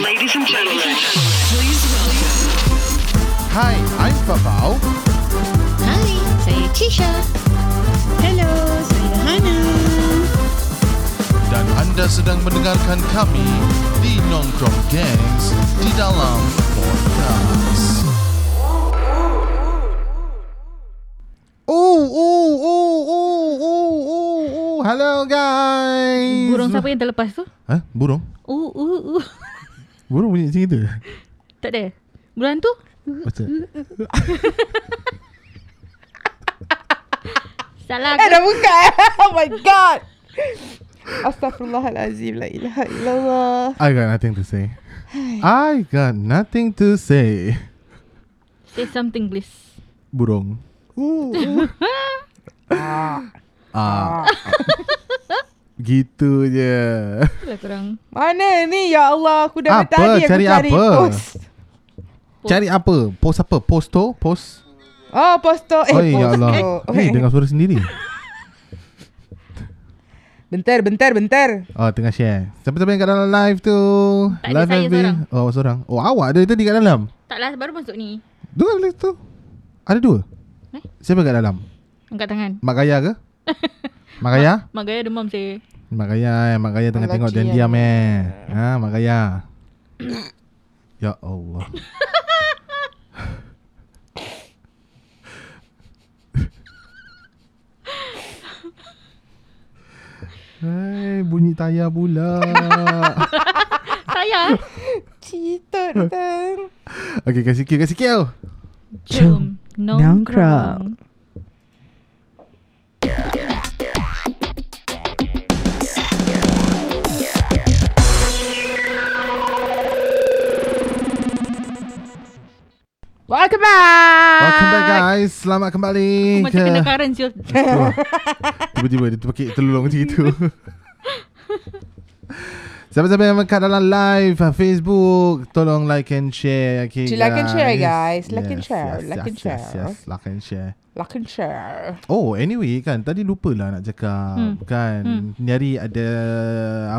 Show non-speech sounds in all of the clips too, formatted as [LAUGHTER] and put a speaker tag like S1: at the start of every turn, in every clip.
S1: Ladies and gentlemen,
S2: Hi, I'm Papau.
S3: Hai, saya Tisha. Hello, saya Hana.
S2: Dan anda sedang mendengarkan kami di Nongkrong Gangs di dalam podcast. Oh, oh, oh, oh, oh, oh, oh. Hello guys.
S4: Burung siapa yang terlepas tu?
S2: Ha? Burung?
S4: Uh, uh, uh.
S2: Burung bunyi macam itu?
S4: [LAUGHS] Tak ada. Burung tu?
S2: Betul.
S4: Salah
S5: Eh
S4: aku.
S5: dah buka [LAUGHS] Oh my god Astaghfirullahalazim La ilaha illallah
S2: I got nothing to say. I got nothing to say.
S4: Say something please.
S2: Burung. Uh, uh. ah. [LAUGHS] gitu je.
S4: Itulah korang.
S5: Mana ni ya Allah Aku dah
S2: Apa?
S5: tadi aku
S2: Cari
S5: cari,
S2: apa?
S5: post
S2: Cari apa? Post apa? Post to? Post?
S5: Oh post tu Eh
S2: oh
S5: post Eh.
S2: ya Allah.
S5: tu
S2: Hei, dengar suara sendiri.
S5: Bentar bentar bentar
S2: Oh, tengah share. Siapa-siapa yang kat dalam live tu?
S4: Tak ada,
S2: live
S4: saya
S2: FB.
S4: seorang.
S2: Oh, awak seorang. Oh, awak ada tadi kat dalam.
S4: Taklah lah, baru masuk ni.
S2: Dua live tu. Ada dua.
S4: Eh?
S2: Siapa kat dalam?
S4: Angkat tangan.
S2: Mak Gaya
S4: [LAUGHS]
S2: ke? Mak Gaya?
S4: Mak Gaya demam saya.
S2: Mak Gaya, eh. Mak Gaya tengah tengok dan diam eh. Ha, Mak Gaya. ya Allah. Hai, bunyi tayar
S4: [LAUGHS]
S2: pula.
S4: Saya.
S2: [LAUGHS]
S5: Cita datang
S2: Okey, kasih sikit, kasih sikit tau.
S4: Jom. Nongkrong.
S5: Welcome back
S2: Welcome back guys. Selamat
S4: Ah. Aku
S2: kembali
S4: Oh, Macam kena current siul.
S2: Betul. Tiba-tiba dia pakai telung macam itu [LAUGHS] Siapa-siapa yang kat dalam live uh, Facebook Tolong like and share ya, okay,
S5: Cik, like and share, guys. Like
S2: Yes,
S5: and share,
S2: yes,
S5: like
S2: yes,
S5: and share.
S2: yes, yes, Like and share
S5: Like and share
S2: Oh anyway kan Tadi lupa lah nak cakap hmm. Kan hmm. Ni hari ada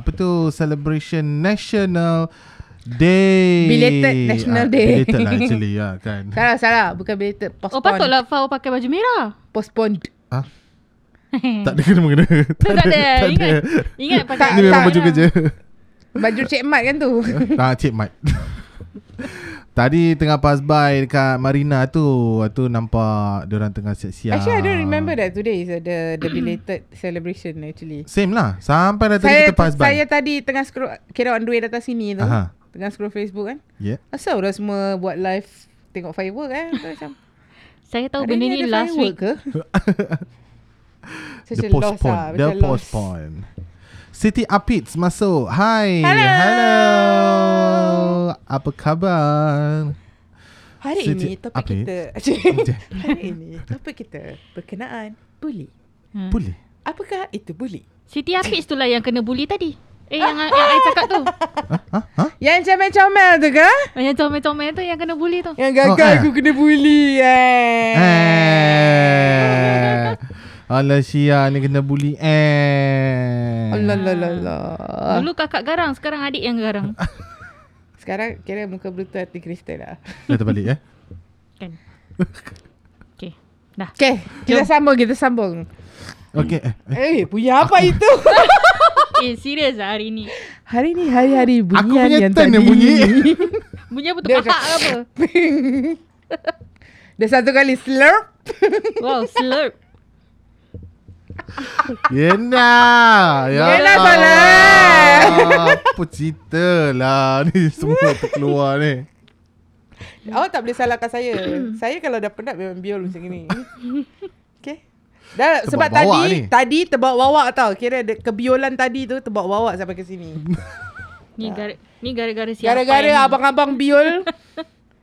S2: Apa tu Celebration National Day
S5: Belated National Day.
S2: ah, Belated lah actually ya, kan
S5: Salah salah Bukan belated Postpone
S4: Oh patutlah Fau pakai baju merah.
S5: Postponed
S2: ah, Tak ada
S5: [LAUGHS]
S2: kena-mengena
S4: Tak ada. Ingat. Ingat pakai.
S5: Tak,
S2: Ni memang
S5: tak.
S2: baju kerja [LAUGHS]
S5: Baju Cik Mat kan tu
S2: Ah, Cik Mat [LAUGHS] Tadi tengah pass by dekat Marina tu Lepas tu nampak Diorang tengah siap-siap
S5: Actually I don't remember that today is the the belated celebration actually
S2: Same lah Sampai dah tadi
S5: saya,
S2: kita pass by
S5: saya tadi tengah scroll Kira on the way datang sini tu
S2: Aha.
S5: Tengah scroll Facebook kan
S2: yeah.
S5: Asal orang semua buat live Tengok firework kan Entah Macam
S4: Saya [LAUGHS] tahu
S5: hari
S4: benda ni
S5: ada
S4: last week.
S5: firework
S2: [LAUGHS]
S5: ke Such
S2: The
S5: a loss
S2: postpone
S5: lah,
S2: The
S5: macam loss.
S2: postpone Siti Apits masuk Hai
S5: Hello.
S2: Apa khabar
S5: Hari
S2: Siti
S5: ini topik
S2: Apit. [LAUGHS]
S5: kita Hari ini topik kita Berkenaan Bully Hmm.
S2: Boleh
S5: Apakah itu bully?
S4: Siti Hafiz tu lah yang kena bully tadi. Eh yang yang I cakap tu.
S5: Yang comel-comel tu ke?
S4: Yang comel-comel tu yang kena bully tu.
S5: Yang gagal
S2: Oh, eh.
S5: aku kena bully eh. [LAUGHS]
S2: Eh Alah Syia ni kena bully Eh
S5: Allah Allah Allah, Allah.
S4: Dulu kakak garang, sekarang adik yang garang.
S5: Sekarang kira muka brutal hati kristal lah
S2: Dah terbalik eh
S5: [LAUGHS]
S4: Kan. Okay. Dah.
S5: Okay Kita sambung Kita sambung
S2: Okay eh,
S5: Eh punya apa itu?
S4: Eh, serius lah hari ni.
S5: [LAUGHS] Hari ni hari-hari bunyian
S2: Aku punya
S5: yang
S2: turn
S5: tadi.
S2: yang bunyi
S5: [LAUGHS]
S4: Bunyi apa tu?
S5: Dia
S4: Kakak ke apa?
S5: Dah satu kali slurp.
S4: Wow, slurp.
S2: Yena Ya
S5: Yena
S2: Allah.
S5: salah.
S2: Apa cerita lah Ni [LAUGHS] semua terkeluar ni
S5: Awak tak boleh salahkan saya. saya kalau dah penat memang biol macam ni. Okay. Dah
S2: Terbawa
S5: sebab
S2: bawa
S5: tadi
S2: ni.
S5: tadi terbawa bawa tau. Kira ada kebiolan tadi tu terbawa bawa sampai ke sini.
S4: Ni, gara, ni gara-gara siapa
S5: Ya. Gara-gara
S4: yang ni?
S5: abang-abang biol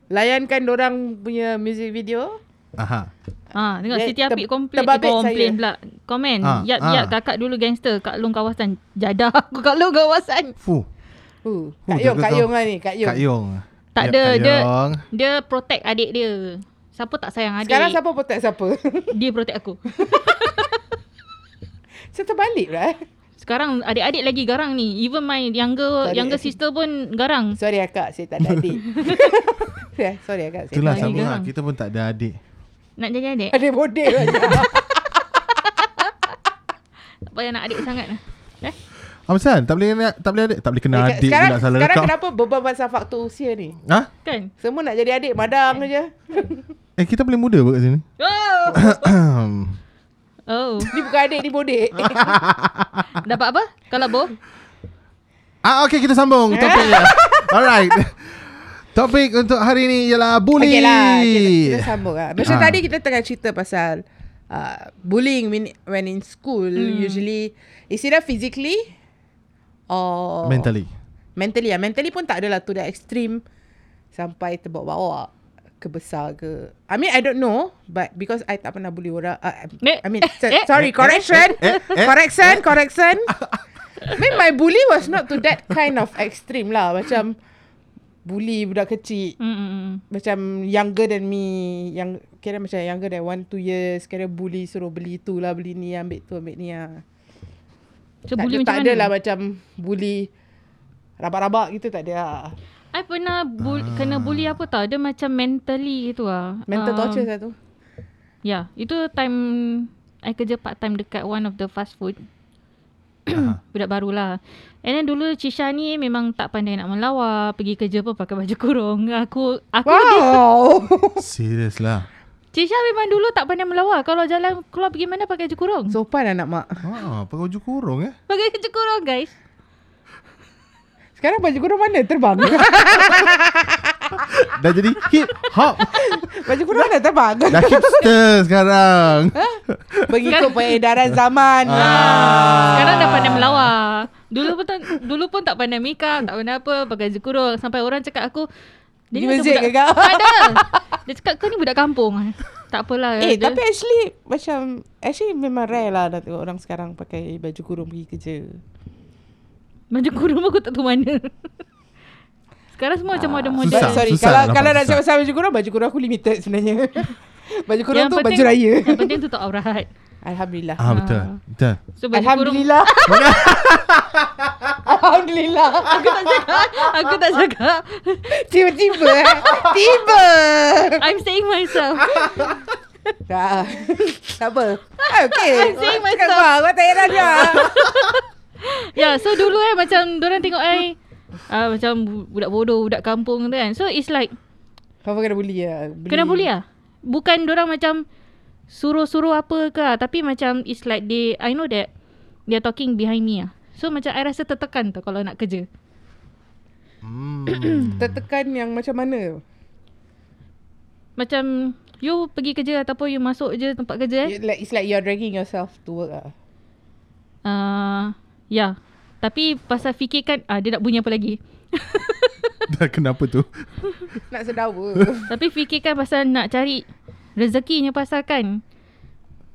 S5: layankan orang punya music video.
S2: Aha.
S4: Ha, tengok
S5: Ya,
S4: Siti Apik
S5: ter-
S4: komplain, eh,
S5: terbabit
S4: komplain
S5: saya.
S4: pula. Komen.
S2: Ha,
S4: yap,
S2: ha.
S4: yap, kakak dulu gangster. Kak Long kawasan. Jadah aku Kak Long kawasan.
S2: Fuh
S5: Uh,
S2: Oh,
S5: Kak Yong,
S2: jaga
S5: Kak
S2: kau.
S5: Yong lah ni, Kak Yong.
S2: Kak Yong
S4: Tak
S2: Ya,
S4: ada.
S2: Kak
S4: Dia,
S2: Yong.
S4: dia protect adik dia. Siapa tak sayang adik?
S5: Sekarang siapa [LAUGHS] protect siapa?
S4: Dia protect aku.
S5: Saya terbalik lah eh.
S4: Sekarang adik-adik lagi garang ni. Even my younger
S5: Adik-
S4: younger sister pun garang.
S5: Sorry akak, saya tak ada adik. Ya, Sorry akak, saya
S2: Itulah
S4: Lagi
S2: sama lah.
S4: garang.
S2: Kita pun tak ada adik.
S4: Nak jadi adik?
S5: tak ada model banyak.
S4: Tak payah nak adik sangat lah. Eh?
S2: Amsan, tak boleh nak- tak boleh adik, tak boleh kenal
S5: Dekat-
S2: adik
S5: Eh, sekarang
S2: pula salah
S5: sekarang
S2: rekam.
S5: kenapa beban masa faktor usia ni?
S2: Ha?
S4: Kan?
S5: [LAUGHS] Semua nak jadi adik madang je.
S2: Eh kita boleh muda apa kat sini? [CLEARS THROAT]
S4: Oh. oh.
S5: Ni bukan adik, ni
S2: [LAUGHS]
S5: bodek.
S4: Dapat apa? Kalau bo?
S2: ah okey kita
S5: Eh.
S2: sambung topik. dia. Alright. [LAUGHS] Topik untuk hari ni ialah bully.
S5: Okey lah, kita, kita sambung lah. Macam
S2: Ah.
S5: tadi kita tengah cerita pasal uh, bullying when, when in school
S2: Hmm.
S5: usually it's either physically
S4: Oh.
S5: or
S2: Mentally.
S5: mentally lah. Mentally pun tak adalah to the extreme sampai terbawa-bawa ke besar ke. I mean I don't know but because I tak pernah bully orang. Uh,
S4: Eh,
S5: I mean so-
S4: eh,
S5: sorry correction.
S2: eh, eh,
S5: correction, correction. I mean my bully was not to that kind of extreme lah. Macam bully budak kecil
S4: Hmm, Hmm. hmm.
S5: macam younger than me yang kira macam younger than one two years kira bully suruh beli tu lah beli ni ambil tu ambil ni lah
S4: So
S5: tak,
S4: bully
S5: ada,
S4: macam
S5: tak
S4: mana?
S5: ada lah macam bully rabak-rabak gitu tak ada lah
S4: I pernah bul- kena bully apa tau. Dia macam mentally itu lah.
S5: mental
S4: Um,
S5: torture satu
S4: Ya, itu time I kerja part time dekat one of the fast food. [COUGHS] Budak baru lah. And then dulu Cisha ni memang tak pandai nak melawar. Pergi kerja pun pakai baju kurung. Aku aku wow. [LAUGHS]
S5: wow
S2: Serius lah.
S4: Cisha memang dulu tak pandai melawar. Kalau jalan keluar pergi mana pakai baju kurung. So,
S5: sopan anak mak
S2: Ha, pakai baju kurung eh.
S4: pakai baju kurung guys.
S5: sekarang baju kurung mana terbang [LAUGHS]
S2: Dah jadi hip hop.
S5: baju kurung mana terbang
S2: Dah hipster sekarang.
S5: mengikut peredaran zaman
S2: Ah.
S4: Sekarang dah pandai melawar. Dulu pun tak, dulu pun tak pandai make up, tak pandai apa, pakai baju kurung sampai orang cakap aku dia ni macam
S5: Music ke
S4: budak,
S5: kau?
S4: Tak ada. Dia cakap kau ni budak kampung. Tak apalah.
S5: Eh
S4: dia,
S5: tapi actually Macam Actually memang rare lah Nak tengok orang sekarang Pakai baju kurung pergi kerja
S4: Baju kurung aku tak tahu mana. Sekarang semua
S5: Ah,
S4: macam model-model.
S2: susah.
S5: Sorry kalau,
S2: nampak
S5: kalau nak
S2: susah.
S5: cakap pasal baju kurung Baju kurung aku limited
S4: [LAUGHS]
S5: sebenarnya Baju kurung tu baju raya
S4: Yang penting tutup aurat.
S5: Alhamdulillah
S2: Ah betul. Betul.
S4: So baju kurung
S2: [LAUGHS]
S5: Alhamdulillah Alhamdulillah
S4: aku tak cakap. Aku tak cakap.
S5: Tiba-tiba eh. Tiba
S4: I'm saying myself.
S5: Tak [LAUGHS] Tak apa Ah,
S4: [LAUGHS]
S5: Okay
S4: I'm saying myself.
S5: Cakap kau, Kau tak heran
S4: [LAUGHS]
S5: je
S4: Ya, yeah, so dulu eh macam orang tengok I uh, macam bu- budak bodoh, budak kampung tu kan. So it's like
S5: Kau pun kena bully lah Bully.
S4: kena bully lah. Bukan orang macam suruh-suruh apa ke, lah. tapi macam it's like they I know that they are talking behind me ah. So macam I rasa tertekan tau kalau nak kerja.
S2: Hmm.
S5: Tertekan yang macam mana
S4: Macam you pergi kerja ataupun you masuk je tempat kerja eh.
S5: It- like, It's like you're dragging yourself to work lah
S4: Uh, ya. Yeah. Tapi pasal fikirkan ah dia nak bunyi apa lagi.
S2: Dah kenapa tu?
S5: Nak sedawa
S4: [LAUGHS] Tapi fikirkan pasal nak cari rezekinya pasal kan.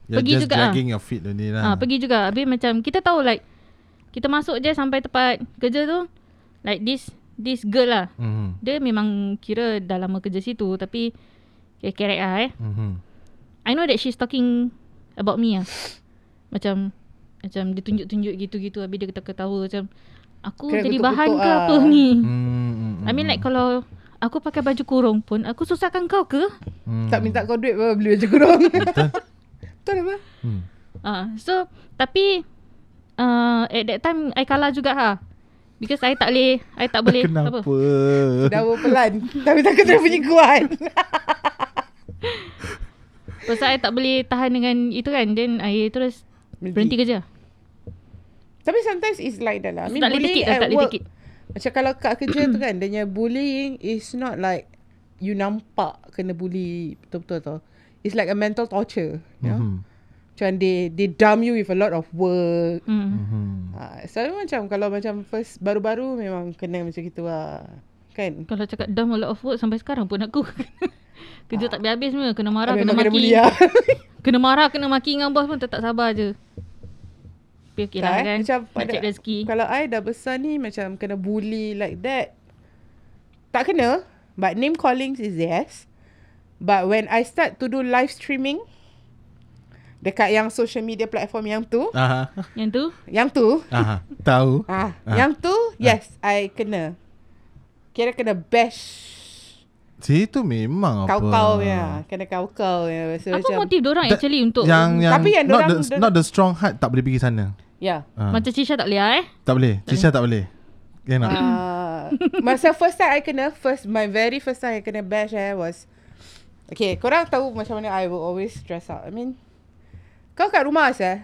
S2: You're
S4: Pergi
S2: just
S4: juga,
S2: dragging your feet only lah.
S4: Ah, pergi juga. Habis macam kita tahu like kita masuk je sampai tempat kerja tu like this this girl lah.
S2: Mhm.
S4: Dia memang kira dah lama kerja situ tapi kerek-kerek lah eh.
S2: Mhm.
S4: I know that she's talking about me lah. Macam macam dia tunjuk-tunjuk gitu-gitu habis dia ketawa-ketawa macam aku
S5: Kira
S4: jadi
S5: kutuk-kutuk
S4: bahan ke
S5: ah.
S4: apa ni.
S2: Hmm.
S4: I mean like kalau aku pakai baju kurung pun aku susahkan kau ke?
S2: Hmm.
S5: Tak minta kau duit pun Beli baju
S4: [LAUGHS]
S5: kurung
S2: Betul.
S5: Betul apa
S2: Hmm.
S4: Ah, so tapi uh, at that time I kalah juga ha. Because I tak boleh I tak
S5: [LAUGHS]
S4: boleh
S2: Kenapa?
S4: apa.
S5: Sedawa pelan Tapi takut
S4: [LAUGHS]
S5: dia punya kuat [LAUGHS]
S4: Pasal I tak boleh tahan dengan itu kan then I terus berhenti kerja.
S5: Tapi sometimes it's like that lah. I mean,
S4: Tak boleh
S5: bullying
S4: take it lah,
S5: at
S4: tak boleh
S5: work,
S4: take it.
S5: Macam kalau kat kerja tu kan, dia punya bullying is not like you nampak kena bully betul-betul tau. It's like a mental torture. You know?
S2: Mhm.
S5: Macam they, they dump you with a lot of work.
S4: Hmm.
S2: Mhm.
S5: Ha, selalu macam kalau macam first baru-baru memang kena macam gitu lah. Kan?
S4: Kalau cakap dumb a lot of work sampai sekarang pun aku [LAUGHS] kerja tak habis semua kena marah kena
S5: memang
S4: maki.
S5: kena bully lah.
S4: [LAUGHS] Kena marah kena maki dengan bos pun tetap sabar je. Tapi okey
S5: [LAUGHS] Tak,
S4: lah
S5: eh?
S4: kan.
S5: Macam
S4: Nak
S5: pada-
S4: cek rezeki.
S5: Kalau I dah besar ni macam kena bully like that. Tak kena. But name callings is yes. But when I start to do live streaming, Dekat yang social media platform yang tu.
S2: Aha.
S4: Yang tu
S5: Yang tu.
S2: Aha. Tahu.
S5: Ah,
S2: Ah.
S5: Yang tu, yes, I kena. Kira kena bash
S2: Situ memang apa.
S5: kau-kau ya. Kena kau-kau ya. So,
S4: Apa
S5: macam,
S4: motif orang
S2: Tak-
S4: actually untuk
S2: Yang, yang
S5: Tapi yang
S2: not
S5: dorang-
S2: the,
S5: dorang-
S2: not the strong heart tak boleh pergi sana.
S5: Ya.
S2: Ah.
S4: Macam Cisha tak boleh eh
S2: tak boleh. Cisha tak boleh. Cannot.
S4: Ah.
S5: Uh, masa first time I kena first my very first time I kena bash eh was Okay, korang tahu macam mana I will always dress up. I mean, kau kat rumah sah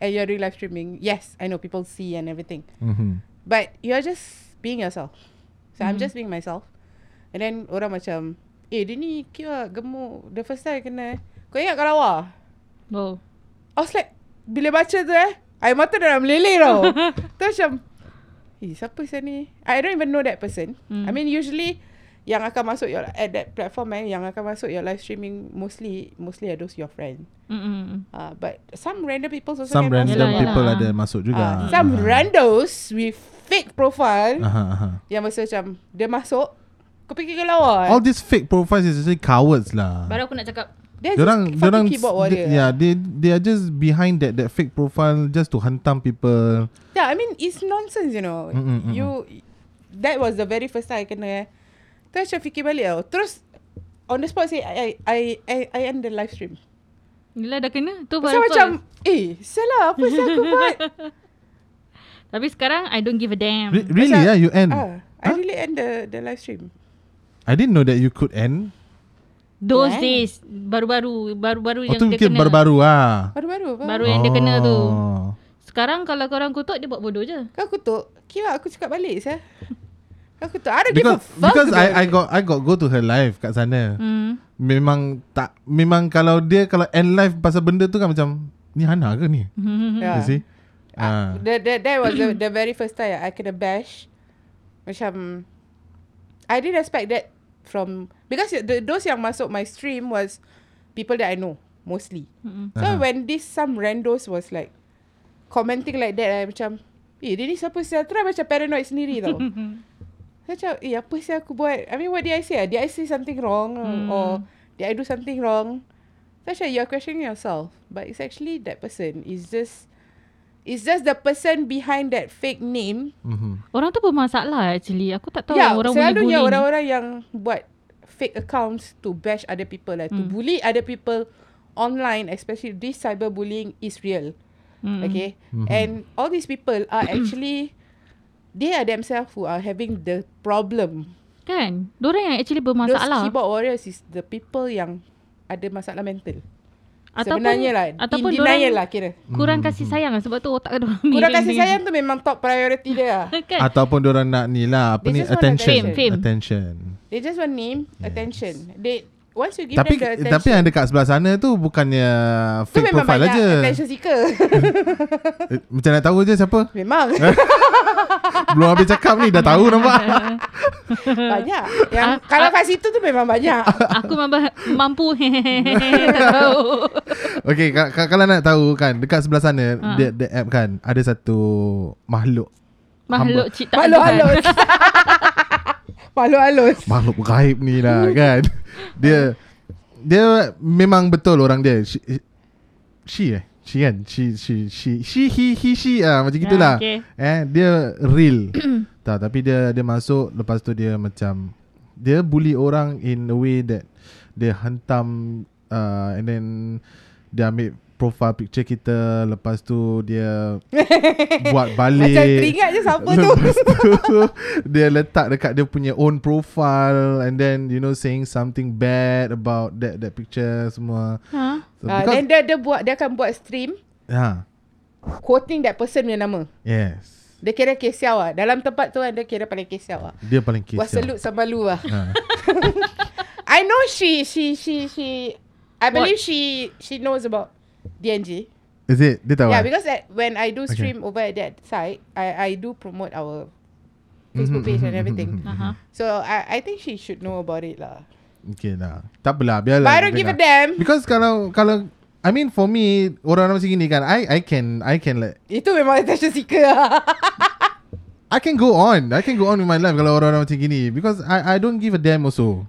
S5: and you're doing live streaming. Yes, I know people see and everything.
S2: Mhm.
S5: But you're just being yourself. So
S4: Hmm.
S5: I'm just being myself. And then orang macam, eh dia ni cute lah, gemuk. The first time I kena, kau ingat kau lawa?
S4: Oh
S5: I was like Bila baca tu eh Air mata dah nak meleleh tau Tu macam Eh siapa saya ni I don't even know that person
S4: Hmm.
S5: hmm. I mean usually Yang akan masuk your At that platform eh Yang akan masuk your live streaming Mostly Mostly are those your friend
S4: Mm-mm.
S5: uh, But some random people also
S2: Some
S5: can
S2: random
S4: Yelah, yelah.
S2: people ada masuk juga. Ah,
S5: uh, Some randos With fake profile
S2: Aha, aha.
S5: Yang masa macam Dia masuk Kau fikir kau lawa eh?
S2: All these fake profiles is actually cowards lah.
S4: Baru aku nak cakap
S5: Dia
S2: Diorang,
S5: just
S2: diorang, ya,
S5: fucking keyboard warrior
S2: yeah, they they are just behind that that fake profile just to hantam people.
S5: Yeah, I mean it's nonsense, you know.
S2: Mm, mm, mm,
S5: You that was the very first time I kena. Terus macam fikir balik tau. Terus on the spot say I I I I end the live stream.
S4: Yelah dah kena tu
S5: Pasal
S4: baru
S5: macam eh, salah apa saya aku buat?
S4: Tapi sekarang I don't give a damn
S2: Re- really?
S5: Pasal-
S2: Yeah, you end.
S5: Hmm. ah, I really end the the live stream.
S2: I didn't know that you could end.
S4: Those
S5: Yeah.
S4: days Baru-baru
S2: Oh,
S4: Baru-baru yang
S2: tu
S4: dia
S2: mungkin
S4: kena
S2: baru-baru ah. Oh.
S5: Baru-baru apa?
S4: Baru yang dia kena tu Sekarang kalau korang kutuk Dia buat bodoh je
S5: Kau kutuk. Kira aku cakap balik saya. Kau kutuk. I don't give a
S2: Because
S5: fuck.
S2: because I
S5: about
S2: I
S5: it.
S2: got I got go to her live kat sana.
S4: Hmm
S2: Memang tak memang kalau dia kalau end live pasal benda tu kan macam ni Hana ke ni?
S5: Hmm.
S4: Hmm.
S5: Yeah.
S2: You see?
S5: Ah,
S2: Ah.
S5: the, the, that was the, the very first time I kena bash. Macam, I didn't expect that from, because the, those yang masuk my stream was people that I know, mostly.
S4: Mm-mm.
S5: So when this some randos was like, commenting like that, I macam, eh dia ni siapa saya Terus I macam paranoid sendiri tau. Saya macam, eh apa sih aku buat? I mean what did I say? Did I say something wrong?
S4: Hmm.
S5: Or did I do something wrong? So macam you're questioning yourself. But it's actually that person. It's just, it's just the person behind that fake name.
S2: Mhm.
S4: [LAUGHS] Orang tu bermasalah actually Aku tak tahu
S5: yeah,
S4: orang boleh
S5: Ya, selalunya
S4: bullying
S5: orang-orang yang buat fake accounts to bash other people lah.
S4: Hmm.
S5: To bully other people online, especially this cyberbullying is real.
S4: Mm-mm.
S5: Okay. And all these people are
S4: Hmm.
S5: actually, they are themselves who are having the problem
S4: Kan Diorang yang actually
S5: Those
S4: bermasalah
S5: keyboard warriors is the people yang ada masalah mental.
S4: Ataupun
S5: Sebenarnya lah.
S4: Ataupun
S5: in denial
S4: diorang
S5: lah kira.
S2: Hmm,
S4: Kurang kasih sayang lah Sebab tu otak diorang
S5: Kurang
S4: [LAUGHS] miring
S5: kasih
S4: dengan-
S5: sayang tu memang top priority dia
S4: [LAUGHS]
S5: lah.
S4: Kan
S2: Ataupun diorang nak ni lah Apa
S5: They
S2: ni
S5: just want
S2: Attention
S4: attention. Fame, fame.
S2: Attention
S5: They just want name, attention. They Once you give
S2: Tapi
S5: them the attention.
S2: tapi yang dekat sebelah sana tu Bukannya
S5: tu
S2: Fake
S5: memang
S2: profile
S5: banyak
S2: aja
S5: attention seeker. [LAUGHS]
S2: Eh, Macam nak tahu je siapa [LAUGHS]
S5: memang
S2: Belum habis cakap ni Dah tahu
S5: [LAUGHS]
S2: nampak
S5: banyak. Yang kalau kat situ tu memang banyak.
S4: Aku mampu, mampu. [LAUGHS] tak tahu.
S2: Okay ka- ka- Kalau nak tahu kan Dekat sebelah sana
S5: Ha.
S2: the, the app kan Ada satu Makhluk
S4: Makhluk ciptaan
S5: Malu
S4: Tuhan.
S5: halus. Malu halus.
S2: Makhluk gaib ni lah kan Dia Dia Memang betul orang dia She, she eh She kan She She She She He He She ah, Macam gitulah
S4: okay.
S2: Eh dia real. tak tapi dia dia masuk lepas tu dia macam dia bully orang in a way that dia hantam uh, and then dia ambil profile picture kita lepas tu dia buat balik
S5: Macam teringat je siapa
S2: [LAUGHS]
S5: tu.
S2: Lepas tu dia letak dekat dia punya own profile and then you know saying something bad about that that picture semua.
S4: [LAUGHS] Ha?
S2: So,
S5: Ah, then dia, dia buat dia akan buat stream
S2: ha,
S5: quoting that person punya nama.
S2: yes.
S5: Dia kira kesiau lah. Dalam tempat tu kan dia kira paling kesiau lah.
S2: Dia paling kisah.
S5: Wah selut sama lu lah.
S2: Ha.
S5: [LAUGHS] I know she she she she I
S4: What?
S5: believe she she knows about DNG.
S2: Is it? Dia tahu. eh?
S5: Yeah, Ya, because at, when I do
S2: Okay.
S5: stream over at that site, I I do promote our
S2: Mm-hmm,
S5: Facebook page and everything.
S4: Aha.
S5: So I I think she should know about it lah.
S2: Okay lah Tak apalah biarlah
S5: But I don't give a
S2: dengar.
S5: damn.
S2: Because kalau Kalau I mean for me Orang macam gini kan I I can I can like
S5: Itu memang attention seeker [LAUGHS] lah.
S2: Mm-hmm. I can go on I can go on with my life Kalau orang macam gini Because I I don't give a damn also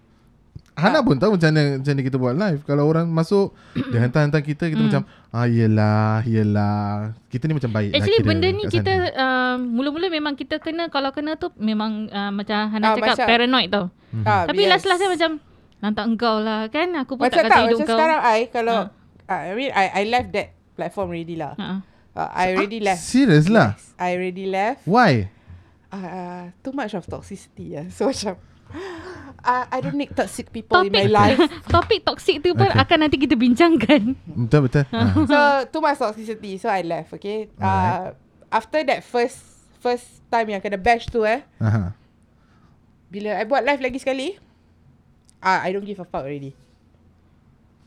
S2: Hana pun tahu macam mana macam mana kita buat live. Kalau orang
S4: [COUGHS]
S2: masuk dia hantar-hantar kita
S4: Hmm.
S2: kita macam ah yelah yelah. Kita ni macam
S5: Ya,
S2: baik
S4: Actually
S2: lah kira
S4: benda ni
S2: kat
S4: kita
S2: sana.
S4: uh, mula-mula memang kita kena kalau kena tu memang uh, macam Hana
S5: Ah,
S4: cakap
S5: macam-
S4: paranoid tau.
S5: Ah,
S4: Tapi
S5: yes.
S4: last-last saya macam lantak engkau lah kan aku pun
S5: Macam
S4: tak
S5: tak
S4: kata hidup
S5: Macam
S4: kau.
S5: sekarang I Kalau ah, I mean I, I left that platform already lah
S4: Ha.
S5: uh, I already left
S2: Ah, Serious lah.
S5: Yes, I already left
S2: Why?
S5: uh, Too much of toxicity lah [LAUGHS] So macam [GASPS] uh, I don't need toxic people
S4: Topik
S5: in my life
S4: [LAUGHS] topik toksik tu pun
S2: Okay.
S4: akan nanti kita bincangkan.
S2: Betul
S4: [LAUGHS]
S2: betul. Ah.
S5: So too much toxicity So I left okay uh,
S2: Alright.
S5: After that first First time yang kena bash tu eh
S2: Aha.
S5: Bila I buat live lagi sekali ah, I don't give a fuck already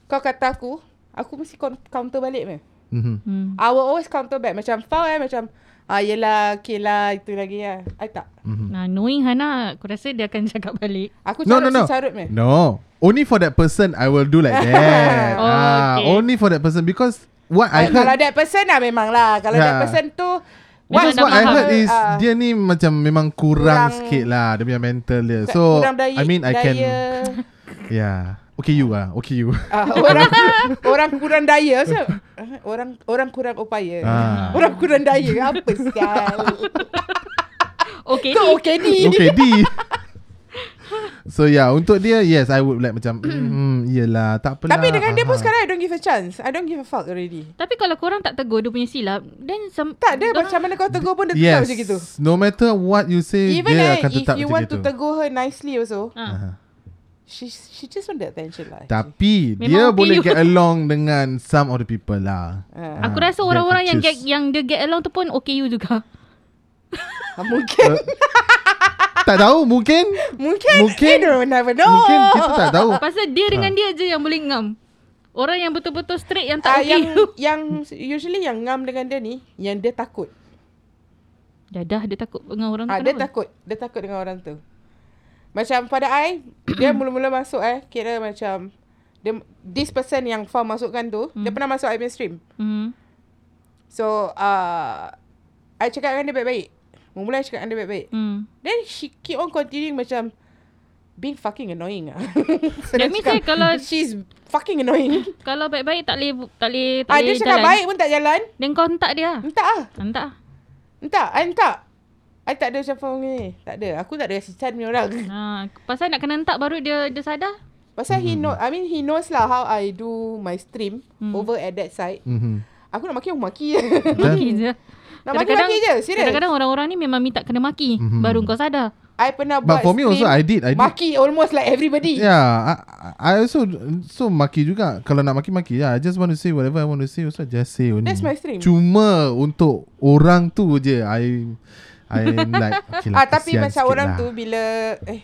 S5: Kau kata aku Aku mesti kon- counter balik meh
S2: Mhm.
S4: Hmm.
S5: I will always counter back Macam foul eh Macam Ah yelah Okay lah Itu lagi lah I tak
S2: Mhm.
S4: Nah, knowing Hana, aku rasa dia akan [LAUGHS] cakap balik.
S5: Aku
S2: No
S5: carut
S2: no no.
S5: si carut meh
S2: No. Only for that person I will do
S4: [LAUGHS]
S2: like that.
S4: Oh,
S2: ah,
S4: okay. Oh,
S2: only for that person because what I
S5: I
S2: heard
S5: Kalau that person lah memang lah Kalau that
S2: Yeah.
S5: person tu
S2: Because
S4: Dia
S2: what
S4: tak
S2: I
S4: faham.
S2: heard is
S5: Ah.
S2: uh, dia ni macam memang kurang,
S5: Kurang-
S2: sikit lah dia punya mental dia. So
S5: kurang daya,
S2: I mean I
S5: daya,
S2: can yeah. Okay you ah. Okay
S5: [LAUGHS]
S2: you.
S5: Ah,
S4: [LAUGHS]
S5: orang orang kurang daya so, orang orang kurang upaya.
S2: Ah.
S5: Orang kurang daya apa sial.
S4: Okay.
S5: Kau okey ni.
S2: okay D. So yeah, untuk dia yes I would like macam mm, yelah tak apalah.
S5: Hmm. Tapi dengan dia pun
S2: Aha.
S5: sekarang I don't give a chance. I don't give a fuck already.
S4: Tapi kalau korang tak tegur dia punya silap, then some,
S5: Tak dia
S4: dorang-
S5: macam mana kau tegur pun dia tetap
S2: yes,
S5: macam gitu.
S2: No matter what you say
S5: Even
S2: dia
S5: eh,
S2: akan
S5: if
S2: tetap
S5: you
S2: macam
S5: want
S2: gitu.
S5: to tegur her nicely also,
S4: Ha.
S2: Aha.
S5: she she just want the attention lah. actually.
S2: Tapi
S4: Memang
S2: dia
S4: okay
S2: boleh
S4: you.
S2: get along dengan some of the people lah.
S5: Ah.
S4: Aku
S2: Ah,
S4: rasa
S2: dia
S4: orang-orang
S2: akan
S4: yang get,
S2: choose.
S4: yang dia get along tu pun okay you juga.
S5: Ah, Mungkin
S2: Uh, tak tahu mungkin
S5: [LAUGHS]
S2: mungkin-
S5: mungkin mungkin you don't never know.
S2: mungkin kita tak
S5: [LAUGHS]
S2: tahu.
S5: Oh.
S4: [LAUGHS] Pasal dia dengan
S2: Ah.
S4: dia je yang boleh ngam. Orang yang betul-betul straight yang
S5: Ah,
S4: tak okay
S5: yang
S4: you.
S5: yang usually yang ngam dengan dia ni yang dia takut.
S4: [LAUGHS] Dadah dia takut dengan orang
S5: Ah,
S4: tu.
S5: dia
S4: kenapa?
S5: takut. Dia takut dengan orang tu. Macam pada I, [COUGHS] dia mula-mula masuk eh, kira macam dia, this person yang Fah masukkan tu, hmm. dia pernah masuk I punya stream.
S4: Hmm.
S5: So, uh, I cakap dengan dia baik-baik. Mula-mula I cakap dengan dia baik-baik.
S4: Hmm.
S5: Then she keep on continuing macam being fucking annoying [LAUGHS] ah. so
S4: That
S5: dia
S4: means
S5: cakap,
S4: eh,
S5: [LAUGHS]
S4: kalau-
S5: she's
S4: [LAUGHS]
S5: fucking annoying.
S4: Kalau baik-baik tak boleh tak boleh tak
S5: Ah,
S4: boleh
S5: dia cakap
S4: Eh, jalan.
S5: baik pun tak jalan.
S4: Then kau hentak dia. lah.
S5: Entah ah.
S4: Hentak. lah.
S5: Entah, I entah. I tak ada macam faham ni. Tak ada. Aku tak ada si Chan punya orang. [LAUGHS]
S4: Ha, pasal nak kena hentak baru dia dia sadar.
S5: Pasal
S2: Mm-hmm.
S5: he know I mean he knows lah how I do my stream
S4: Hmm.
S5: over at that side.
S2: Mhm.
S5: Aku nak maki aku maki [LAUGHS] je.
S4: [LAUGHS] Maki je.
S5: nak maki-maki je, serius.
S4: Kadang-kadang orang-orang ni memang minta kena maki
S2: Mhm.
S4: baru kau sadar. [LAUGHS]
S5: I pernah
S2: But
S5: buat
S2: for me
S5: stream,
S2: also I did I did
S5: maki almost like everybody.
S2: Yeah, I, I I also so maki juga. Kalau nak maki-maki, yeah, I just want to say whatever I want to say. Also, I just say only.
S5: That's my stream.
S2: Cuma untuk orang tu je, I I
S5: [LAUGHS]
S2: like. Okay lah,
S5: ah tapi
S2: kesian
S5: macam
S2: sikit
S5: orang
S2: lah.
S5: tu bila
S2: [LAUGHS]
S5: eh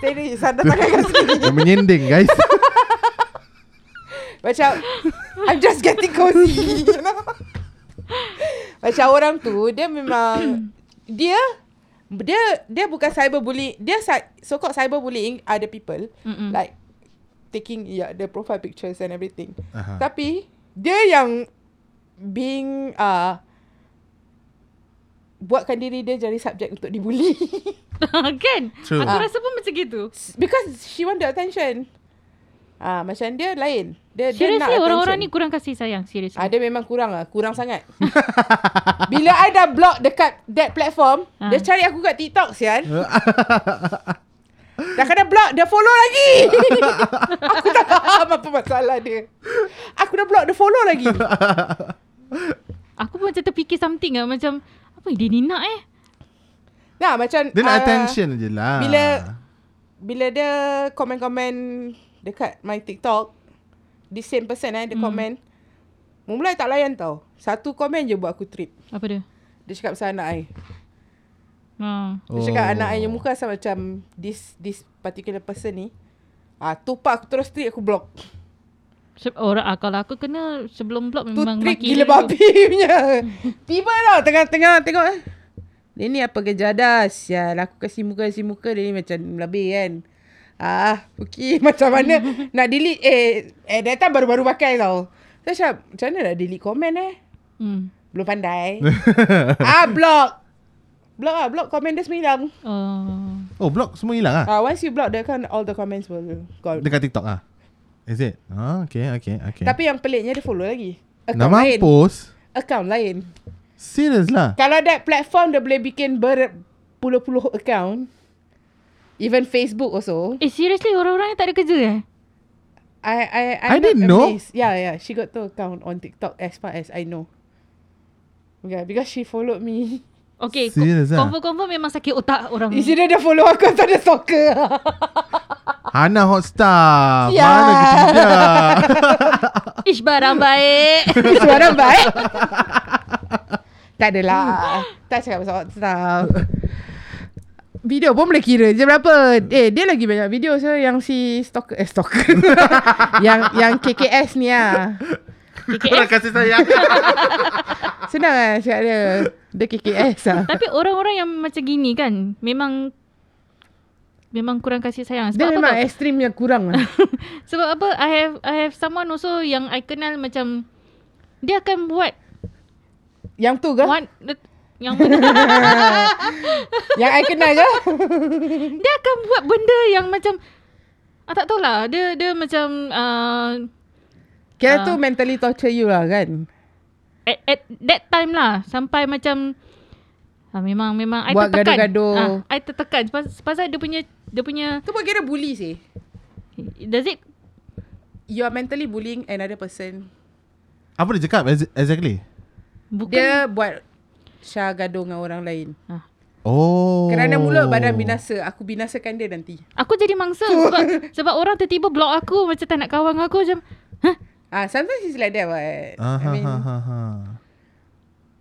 S5: Steady sadar tangan kat sini.
S2: lah. Yang menyending
S5: [LAUGHS]
S2: guys. [LAUGHS]
S5: Macam I'm just getting cozy. [LAUGHS] You know? Macam orang tu dia memang dia dia dia bukan cyberbullying. Dia cy- so-called cyberbullying other people.
S4: Mm-mm.
S5: Like taking yeah, the profile pictures and everything.
S2: Aha.
S5: Tapi dia yang being uh, buatkan diri dia jadi subjek untuk dibuli.
S4: kan?
S2: True.
S4: Aku
S5: Ah.
S4: rasa pun macam gitu.
S5: [LAUGHS] Because she want the attention. Ah, macam dia lain. Dia dia nak
S4: Seriously orang-orang ni
S5: attention.
S4: kurang kasih sayang seriously.
S5: Ah, dia memang kurang lah. Kurang sangat. [LAUGHS] Bila I dah block dekat that platform,
S4: Ah.
S5: dia cari aku kat TikTok,
S2: [LAUGHS]
S5: sian. dah kena block, dia follow
S2: [LAUGHS]
S5: lagi. aku tak faham apa masalah dia. Aku dah block, dia follow
S2: [LAUGHS]
S5: lagi.
S4: Aku pun macam terfikir something lah Macam Apa dia ni nak eh
S5: Nah, macam...
S2: Dia nak
S5: ah,
S2: attention je lah.
S5: bila- Bila dia komen-komen dekat my TikTok, this same person eh, dia komen. Mula-mula I tak layan tau. Satu komen je buat aku trip.
S4: Apa dia
S5: Dia cakap pasal anak I.
S4: ha.
S5: Dia oh. cakap anak I yang muka asal macam this this particular person ni. Ah, tu pak aku terus trip aku block.
S4: Se- Orang ah, Kalau aku kena Sebelum blog
S5: Tu
S4: memang
S5: trip
S4: maki dia
S5: gila
S4: dulu.
S5: babi [LAUGHS] punya. Tiba tau tengah-tengah tengok eh. Dia ni apa kerja dah? Sial, aku kasi muka kasi muka dia ni macam lebih kan. Ah, Puki [LAUGHS] macam mana nak delete eh eh that time baru-baru pakai tau. Saya so, macam macam mana nak delete komen eh?
S4: hmm.
S5: Belum
S4: [LAUGHS]
S5: lah, pandai. ah, block. Block ah, block komen dia sembilan.
S4: oh.
S2: Oh block semua hilang ah.
S5: Uh, once you block the account, all the comments will gone.
S2: Dekat TikTok ah. Is it? Ah okay okay okay.
S5: Tapi yang peliknya dia follow lagi.
S2: Nak
S5: Account lain.
S2: mampus.
S5: Account lain.
S2: Serius lah.
S5: Kalau that platform dia boleh bikin berpuluh-puluh account. Even Facebook also.
S4: Eh seriously orang-orang yang tak ada kerja eh?
S5: I I
S2: I
S5: I'm not
S2: didn't know.
S5: amazed. Yeah, yeah. She got two account on TikTok as far as I know. Yeah, because she followed me.
S4: Okay,
S2: Serious ah?
S4: confirm-confirm memang sakit otak orang
S5: Is it dia follow aku [LAUGHS] tak ada stalker?
S2: Hana Hotstar.
S5: Ya.
S2: Mana kita
S5: [LAUGHS]
S2: tidak.
S4: Ish barang baik. [LAUGHS]
S5: Suara baik. tak adalah. tak cakap pasal WhatsApp. Video pun boleh kira je berapa. Eh, dia lagi banyak video so yang si stalker. Eh, stalker. [LAUGHS] yang yang KKS ni lah.
S2: Terima kasih sayang.
S5: Senang lah cakap dia. Dia KKS lah.
S4: Tapi orang-orang yang macam gini kan memang memang kurang kasih sayang.
S5: Dia
S4: Sebab apa
S5: memang eh.
S4: tau?
S5: ekstrim yang kurang
S4: [LAUGHS]
S5: lah.
S4: Sebab apa I have I have someone also yang I kenal macam dia akan buat
S5: yang tu ke?
S4: one yang
S5: [LAUGHS]
S4: mana
S5: Yang I kenal
S4: [LAUGHS]
S5: ke?
S4: dia akan buat benda yang macam ah tak tahulah dia dia macam uh, Ah.
S5: Kira tu mentally torture you lah kan?
S4: at, at that time lah sampai macam ah, memang memang I
S5: Buat
S4: tertekan.
S5: gaduh-gaduh.
S4: Ah, I tertekan Pas- pasal dia punya dia punya
S5: Tu pun kira bully sih.
S4: does it
S5: You are mentally bullying another person.
S2: Apa dia cakap ex- exactly?
S4: bukan Ah,
S5: Dia buat Syah gaduh dengan orang lain.
S2: Oh.
S5: Kerana mulut badan binasa Aku binasakan dia nanti
S4: Aku jadi mangsa sebab sebab orang tiba-tiba block aku macam tak nak kawan dengan aku macam huh?
S5: Ah, Sometimes it's like that what
S2: Ah,
S5: I
S2: ha,
S5: mean
S2: ha, ha, ha.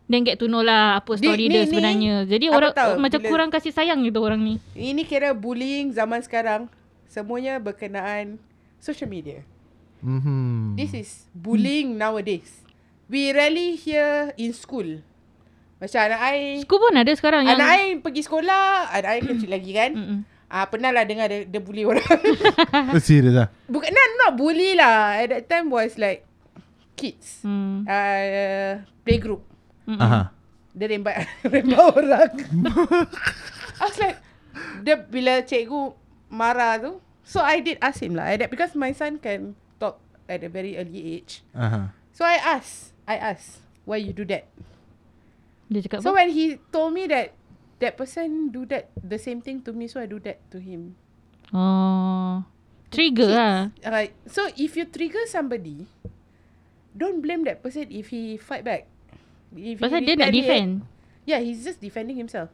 S4: Then get to know lah apa
S5: Di-
S4: story
S5: ni-
S4: dia
S5: ni,
S4: sebenarnya. Jadi
S5: apa
S4: orang
S5: tahu,
S4: macam
S5: bila-
S4: kurang kasih sayang gitu orang ni.
S5: Ini kira bullying zaman sekarang Semuanya berkenaan Social media
S2: Mhm.
S5: This is
S2: Hmm.
S5: bullying nowadays We rarely hear in school Macam anak I
S4: Aku pun ada sekarang yang
S5: Eh. Anak I pergi sekolah Anak I kecil lagi kan
S4: Mm-mm.
S5: Ah, Pernah lah dengar dia, dia bully orang [LAUGHS]
S2: Oh,
S5: ha?
S2: serius lah.
S5: Bukan not, not bully lah At that time was like Kids
S4: Hmm.
S5: uh, Playgroup
S4: Mm-mm.
S2: Aha.
S5: Dia rembat [LAUGHS] Rembat orang [LAUGHS] I was like Dia bila cikgu Marah tu So I did ask him lah at that, Because my son can Talk at a very early age
S2: Aha.
S5: So I asked I asked Why you do that
S4: Dia cakap
S5: So
S4: apa?
S5: when he told me that That person do that The same thing to me So I do that to him
S4: Oh. Trigger lah.
S5: Alright So if you trigger somebody Don't blame that person If he fight back if he eh,
S4: Pasal dia nak
S5: retaliate,
S4: defend.
S5: Yeah, he's just defending himself.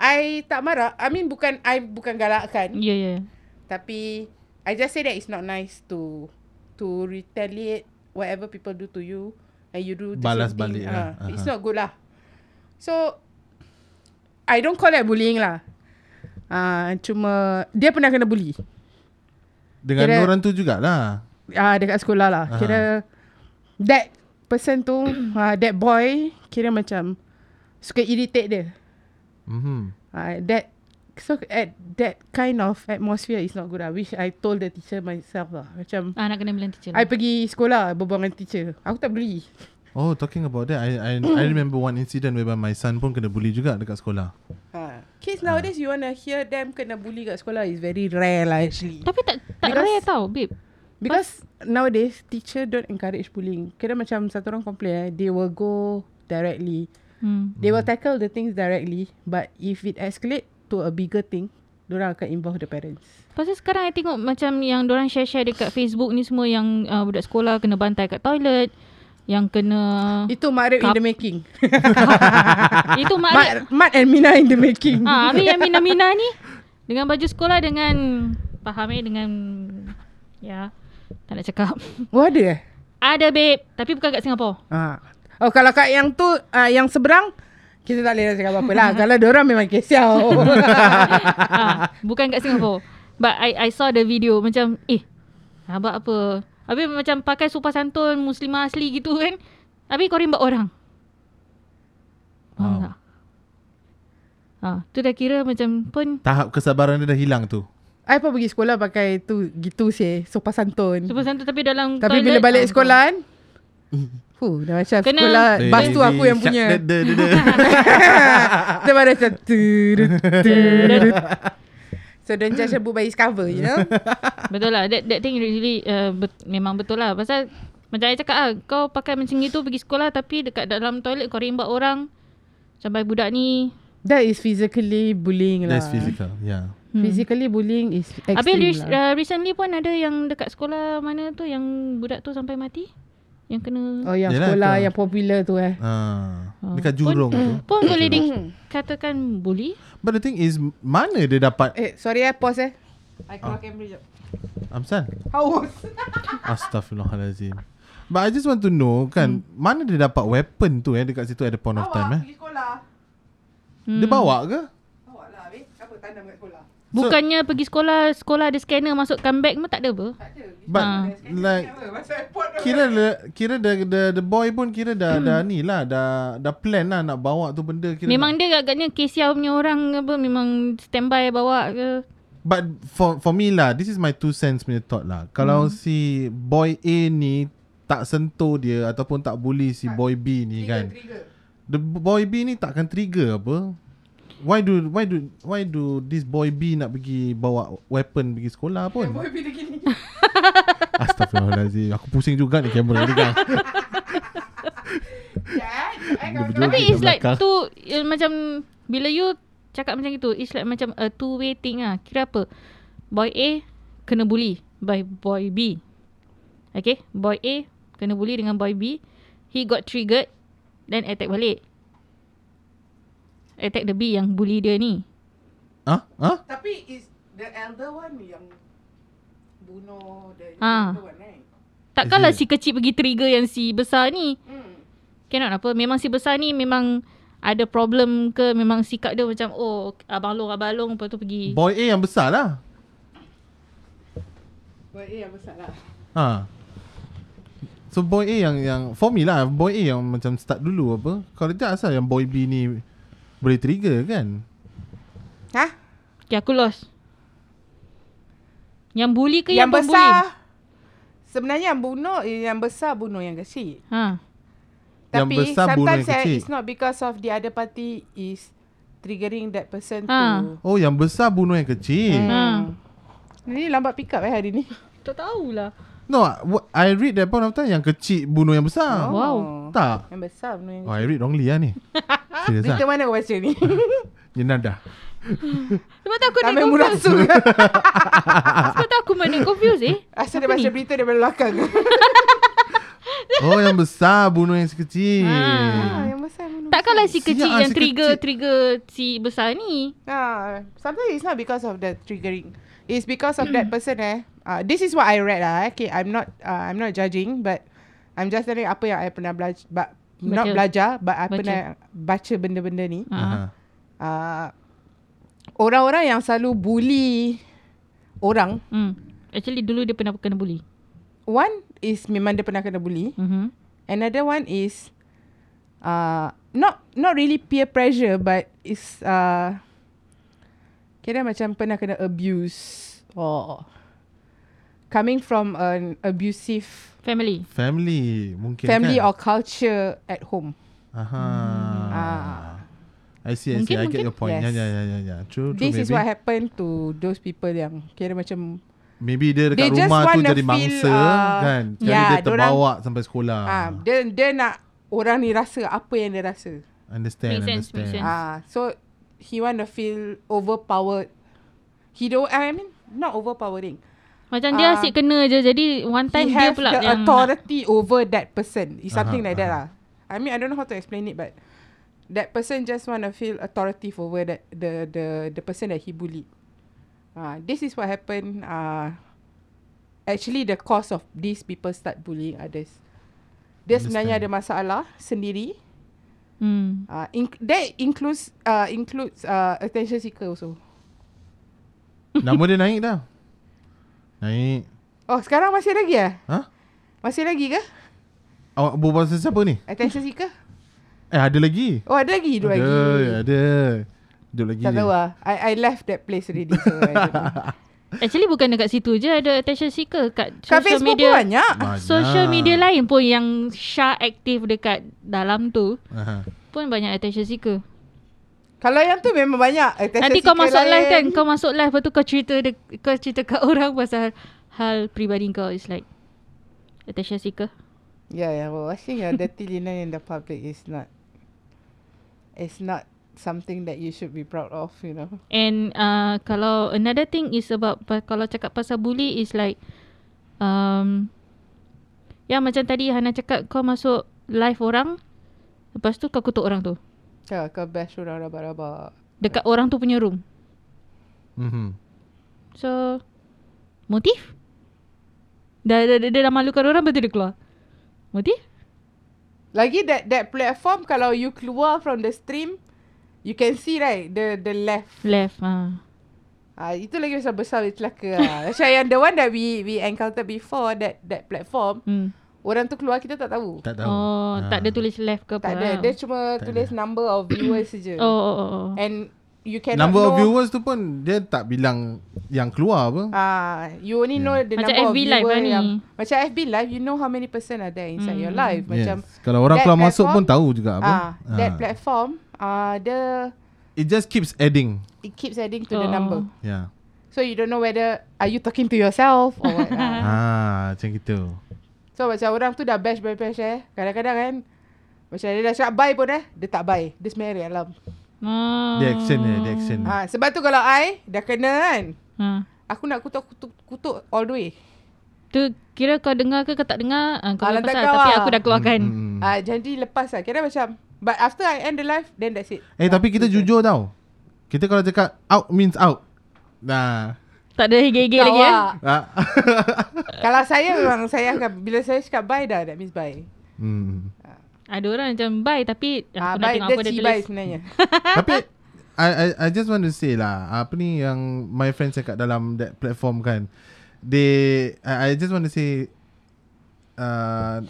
S5: I tak marah. I mean bukan I bukan galakkan,
S4: Ya yeah, ya. Yeah.
S5: tapi I just say that it's not nice to to retaliate whatever people do to you and you do the
S2: Balas
S5: same thing.
S2: balik lah.
S5: Ah, It's
S2: Aha.
S5: not good lah. So I don't call that bullying lah. Ah, cuma dia pernah kena bully.
S2: Dengan
S5: Kira-
S2: orang tu jugalah.
S5: Ah, dekat sekolah lah.
S2: Aha.
S5: Kira that person tu, ah, that boy kira macam suka irritate dia.
S2: Mhm.
S5: Uh, that so at that kind of atmosphere is not good lah. Which I told the teacher myself lah. Macam
S4: Ah nak kena bilang teacher.
S5: I
S4: lah.
S5: pergi sekolah berbual dengan teacher. Aku tak beli.
S2: Oh, talking about that, I I, I remember one incident whereby my son pun kena bully juga dekat sekolah.
S5: Ha. Kids nowadays you wanna hear them kena bully kat sekolah is very rare lah actually.
S4: Tapi tak tak
S5: Because-
S4: rare tau, babe.
S5: Because nowadays teacher don't encourage bullying. Kira macam satu orang complain eh, they will go directly.
S4: Hmm.
S5: They will tackle the things directly but if it escalate to a bigger thing, diorang akan involve the parents.
S4: Pasal sekarang I tengok macam yang orang share-share dekat Facebook ni semua yang uh, budak sekolah kena bantai kat toilet, yang kena
S5: Itu Marib in
S4: Kap-
S5: the making.
S4: [LAUGHS] itu mak dia-
S5: Mat, Mat and Mina in the making.
S4: Ah, habis yang Mina-Mina ni dengan baju sekolah dengan faham eh dengan ya tak nak cakap. [LAUGHS]
S5: Oh ada eh?
S4: Ada babe, tapi bukan kat Singapura.
S5: Ha. Oh kalau kat yang tu uh, yang seberang kita tak boleh nak cakap apa-apa lah. kalau diorang memang kesiau. [LAUGHS]
S4: ah, bukan kat Singapura. But I I saw the video macam eh abang apa? Habis macam pakai super santun muslimah asli gitu kan. Habis kau rimbat orang. Faham
S2: Wow.
S4: tak? Ah, tu dah kira macam pun
S2: Tahap kesabaran dia dah hilang tu.
S5: I pun pergi sekolah pakai tu gitu sih, sopan santun.
S4: super santun tapi dalam
S5: Tapi
S4: toilet,
S5: bila balik
S4: ah,
S5: sekolah kan, Huh, dah macam
S4: Kena-
S5: sekolah Bas tu aku yang
S2: Shut the-
S5: [LAUGHS] punya
S2: the- the- the-
S5: Dia baru macam tu, tu, tu. So don't judge a book by its cover, you know?
S4: Betul lah That, that thing really uh, bet, Memang betul lah Pasal Macam saya cakap lah Kau pakai macam itu Pergi sekolah Tapi dekat dalam toilet Kau rembat orang Sampai budak ni
S5: That is physically bullying lah.
S2: That's physical. Yeah.
S5: Hmm. Physically bullying is extreme
S4: Habis re- uh,
S5: lah.
S4: recently pun ada yang Dekat sekolah mana tu Yang budak tu sampai mati Yang kena
S5: Oh yang
S2: Yelah,
S5: sekolah
S2: tu.
S5: yang popular tu eh.
S2: Ah,
S4: Ah.
S2: dekat jurung tu.
S4: Pun boleh dikatakan bully
S2: But the thing is mana dia dapat
S5: Eh sorry eh pause eh. I keluar kamera jap.
S2: Amsan?
S5: Haus. [LAUGHS]
S2: Astaghfirullahalazim. But I just want to know kan hmm. mana dia dapat weapon tu eh dekat situ at the point of time eh?
S5: sekolah.
S2: Hmm. Dia bawa ke?
S5: Awak lah habis. Apa tanam kat sekolah? [LAUGHS]
S4: Bukannya pergi sekolah Sekolah ada scanner Masukkan bag pun tak ada apa
S2: But
S4: Ah.
S2: like
S5: Masa airport
S2: kira le- kira the, the the boy pun kira dah dah ni lah dah dah plan lah nak bawa tu benda kira
S4: Memang
S2: nak,
S4: dia agaknya Kesia punya orang apa Memang standby bawa ke
S2: but for for me lah this is my two cents punya thought lah kalau si boy A ni tak sentuh dia ataupun tak bully si boy B ni kan the boy B ni takkan trigger apa why do why do why do this boy B nak pergi bawa weapon pergi sekolah pun
S5: bila gini.
S2: [LAUGHS]
S5: [LAUGHS]
S2: Astaghfirullahalazim Aku pusing juga ni kamera ni kan Dia berjoget
S4: Tapi
S2: kat
S4: it's like
S2: belakang.
S4: tu uh, Macam Bila you Cakap macam itu It's like macam A two way thing lah Kira apa Boy A Kena bully By boy B Okay Boy A Kena bully dengan boy B He got triggered Then attack balik Attack the B Yang bully dia ni
S2: Ha? Ha?
S5: Tapi is the elder one yang bunuh the
S4: Ah.
S5: younger one right?
S4: Takkanlah
S2: Is
S4: si kecil pergi trigger Yang si besar ni
S5: Hmm.
S4: Cannot apa Memang si besar ni Memang ada problem ke memang sikap dia macam oh abang long abang long lepas tu pergi
S2: Boy A yang besar lah
S5: Buat A yang besar lah.
S2: Ha So boy A yang yang For me lah Boy A yang macam start dulu apa Kalau tak asal yang boy B ni Boleh trigger kan
S5: Ha?
S4: Okay, aku lost. Yang bully ke yang,
S5: yang
S4: pembuli?
S5: besar. Sebenarnya yang bunuh, yang besar bunuh yang kecil.
S4: Ha.
S2: Yang
S5: Tapi
S2: besar bunuh
S5: sometimes
S2: yang
S5: eh,
S2: kecil.
S5: it's not because of the other party is triggering that person
S4: Ah.
S5: to.
S2: Oh yang besar bunuh yang kecil
S4: Ha.
S5: Ni lambat pick up eh hari ni.
S4: Tak tahulah.
S2: No what- I read that point of time Yang kecil bunuh yang besar
S5: Oh.
S4: Wow.
S2: Tak
S5: Yang besar bunuh yang
S2: Oh, I read wrongly
S5: [LAUGHS]
S2: lah ni. Serius
S5: Berita
S2: lah.
S5: mana kau baca
S4: [LAUGHS]
S5: ni?
S2: Ni nada.
S4: Sebab tu aku nak
S5: Taman
S4: confuse.
S5: Murasu
S4: Sebab tu aku nak confuse eh.
S5: [LAUGHS] Asal dia
S4: Apa
S5: baca
S4: ni?
S5: berita daripada [LAUGHS] belakang
S2: Oh, yang besar bunuh yang sekecil.
S4: Ah.
S5: ah, Yang besar bunuh
S4: Takkanlah si kecil
S2: Sial,
S4: yang
S2: si
S4: trigger
S2: kecil.
S4: trigger si besar ni.
S5: ah, Sometimes it's not because of the triggering It's because of
S4: Hmm.
S5: that person eh uh, This is what I read lah eh. Okay I'm not uh, I'm not judging But I'm just telling apa yang I pernah belajar but, Not
S4: Baca.
S5: belajar But I
S4: Baca.
S5: pernah baca benda-benda ni
S4: Ha.
S2: Aha.
S5: uh, Orang-orang yang selalu bully Orang
S4: Hmm. Actually dulu dia pernah kena bully.
S5: One is memang dia pernah kena bully
S4: Mhm.
S5: Another one is uh, not not really peer pressure but is uh, kira macam pernah kena abuse or coming from an abusive
S4: Family.
S2: Family mungkin
S5: family
S2: kan?
S5: or culture at home.
S2: Aha.
S5: Ah.
S2: I see, I see.
S4: Mungkin,
S2: I get
S4: mungkin.
S2: your point.
S5: Yes.
S2: Ya, ya, ya, ya, ya. True, true.
S5: This
S2: maybe.
S5: is what happened to those people yang kira macam
S2: Maybe dia
S5: They
S2: dekat
S5: just
S2: rumah tu
S5: wanna
S2: jadi
S5: feel,
S2: mangsa
S5: uh,
S2: kan. Jadi
S5: yeah,
S2: dia terbawa
S5: dorang-
S2: sampai sekolah.
S5: ah dia dia nak orang ni rasa apa yang dia rasa.
S2: Understand,
S4: Make sense,
S2: understand.
S4: make sense.
S5: Ah, so he want to feel overpowered. He don't I mean not overpowering.
S4: Macam dia
S5: Ah.
S4: asyik kena je. Jadi one time
S5: he
S4: dia
S5: have
S4: pula
S5: the
S4: yang nak-
S5: authority over that person. It's
S2: Aha,
S5: something like that lah. I mean, I don't know how to explain it, but that person just want to feel authoritative over that the the the person that he bullied. Uh, this is what happened. Uh, actually, the cause of these people start bullying others. Dia sebenarnya ada
S2: Understand.
S5: masalah sendiri.
S4: Hmm.
S5: Uh, inc- that includes uh, includes uh, attention seeker also.
S2: Nama dia naik dah. Naik.
S5: Oh, sekarang masih lagi ah?
S2: Ha?
S5: Masih lagi ke?
S2: Awak berbual pasal siapa ni?
S5: Attention seeker?
S2: Eh, ada lagi.
S5: Oh, ada lagi dua
S2: ada, ya.
S5: lagi.
S2: ada. Duduk lagi
S5: Tak
S2: dia.
S5: tahu lah. I, I left that place already. So I don't know.
S4: Actually bukan dekat situ je ada attention seeker kat
S5: Kat
S4: social
S5: Facebook
S4: media.
S5: pun banyak.
S2: Banyak.
S4: Social media lah. lain pun yang Syah aktif dekat dalam tu
S2: Aha.
S4: pun banyak attention seeker.
S5: Kalau yang tu memang banyak eh, test
S4: Nanti kau
S5: sikit
S4: masuk live kan
S5: lain.
S4: Kau masuk live Lepas tu kau cerita de- Kau cerita kat [LAUGHS] orang Pasal hal pribadi kau It's like Attention seeker
S5: Yeah, yeah. Well, I think uh, dirty linen in the public is not. It's not something that you should be proud of, you know.
S4: And uh, Kalau another thing is about pa- Kalau cakap pasal bully Is like um, Ya macam tadi Hana cakap Kau masuk live orang Lepas tu kau kutuk orang tu
S5: Kau kau bash orang rabak-rabak.
S4: Dekat orang tu punya room
S2: Mm-hmm.
S4: So Motif Dah, dah, dah, dia dah malukan orang Lepas tu dia keluar Motif
S5: Lagi that that platform kalau you keluar from the stream, you can see right the the left.
S4: Left ha.
S5: Ah uh, itu lagi pasal besar dia celaka
S4: [LAUGHS]
S5: lah. Macam yang the one that we we encountered before that that platform,
S4: hmm.
S5: orang tu keluar kita tak tahu.
S2: Tak tahu.
S4: Oh
S2: Ah.
S4: tak ada tulis left ke apa
S5: Tak ada.
S4: lah.
S5: Dia Eh. cuma
S2: Tak
S5: tulis number
S4: [COUGHS]
S5: of viewers je.
S4: Oh oh oh, oh.
S5: And you cannot
S2: Number
S5: know,
S2: of viewers tu pun dia tak bilang yang keluar apa.
S5: Ah, you only yeah. know the
S4: Macam
S5: number
S4: FB
S5: of
S4: live
S5: viewer
S4: lah ni. Hmm.
S5: yang macam FB live, you know how many person are there inside mm. your live. Macam
S2: yes. Kalau orang
S5: that
S2: keluar masuk
S5: platform-
S2: pun tahu juga apa.
S5: ah, that
S2: Ah.
S5: platform ah the
S2: It just keeps adding. Ya.
S5: it keeps adding to
S4: Oh.
S5: the number.
S2: Yeah.
S5: So you don't know whether are you talking to yourself or what. ah.
S4: [LAUGHS]
S2: Ah, macam gitu.
S5: So macam orang tu dah bash bash bash eh. Kadang-kadang kan macam dia dah cakap buy pun eh, dia tak buy. Dia sebenarnya real alam.
S4: oh.
S2: Dia action dia, dia action dia.
S5: Ha, sebab tu kalau I dah kena kan,
S4: ha.
S5: aku nak kutuk kutuk kutuk all the way.
S4: Tu kira kau dengar ke kau tak dengar ah, Kau
S5: Ah,
S4: punya
S5: letak
S4: pasal
S5: kau
S4: Tapi
S5: lah.
S4: aku dah keluarkan
S2: Mm-mm.
S5: Ah, jadi lepas lah. Kira macam but after I end the live then that's it.
S2: Eh tapi kita jujur tau. Kita kalau cakap out means out. Nah.
S4: Tak ada higit-higit
S5: Kau
S4: lagi eh
S5: lah.
S2: Ah. [LAUGHS]
S5: Kalau saya memang saya akan bila saya cakap bye dah that means bye.
S2: hmm.
S4: Ada orang macam bye Tapi Ya, aku
S5: Ah,
S4: nak
S5: bye
S4: tengok
S5: dia
S4: apa dia
S5: ci
S4: tulis
S5: bye
S4: [LAUGHS]
S5: sebenarnya.
S2: tapi I, I I just want to say lah apa ni yang my friends cakap dalam that platform kan. They I, I just want to say uh,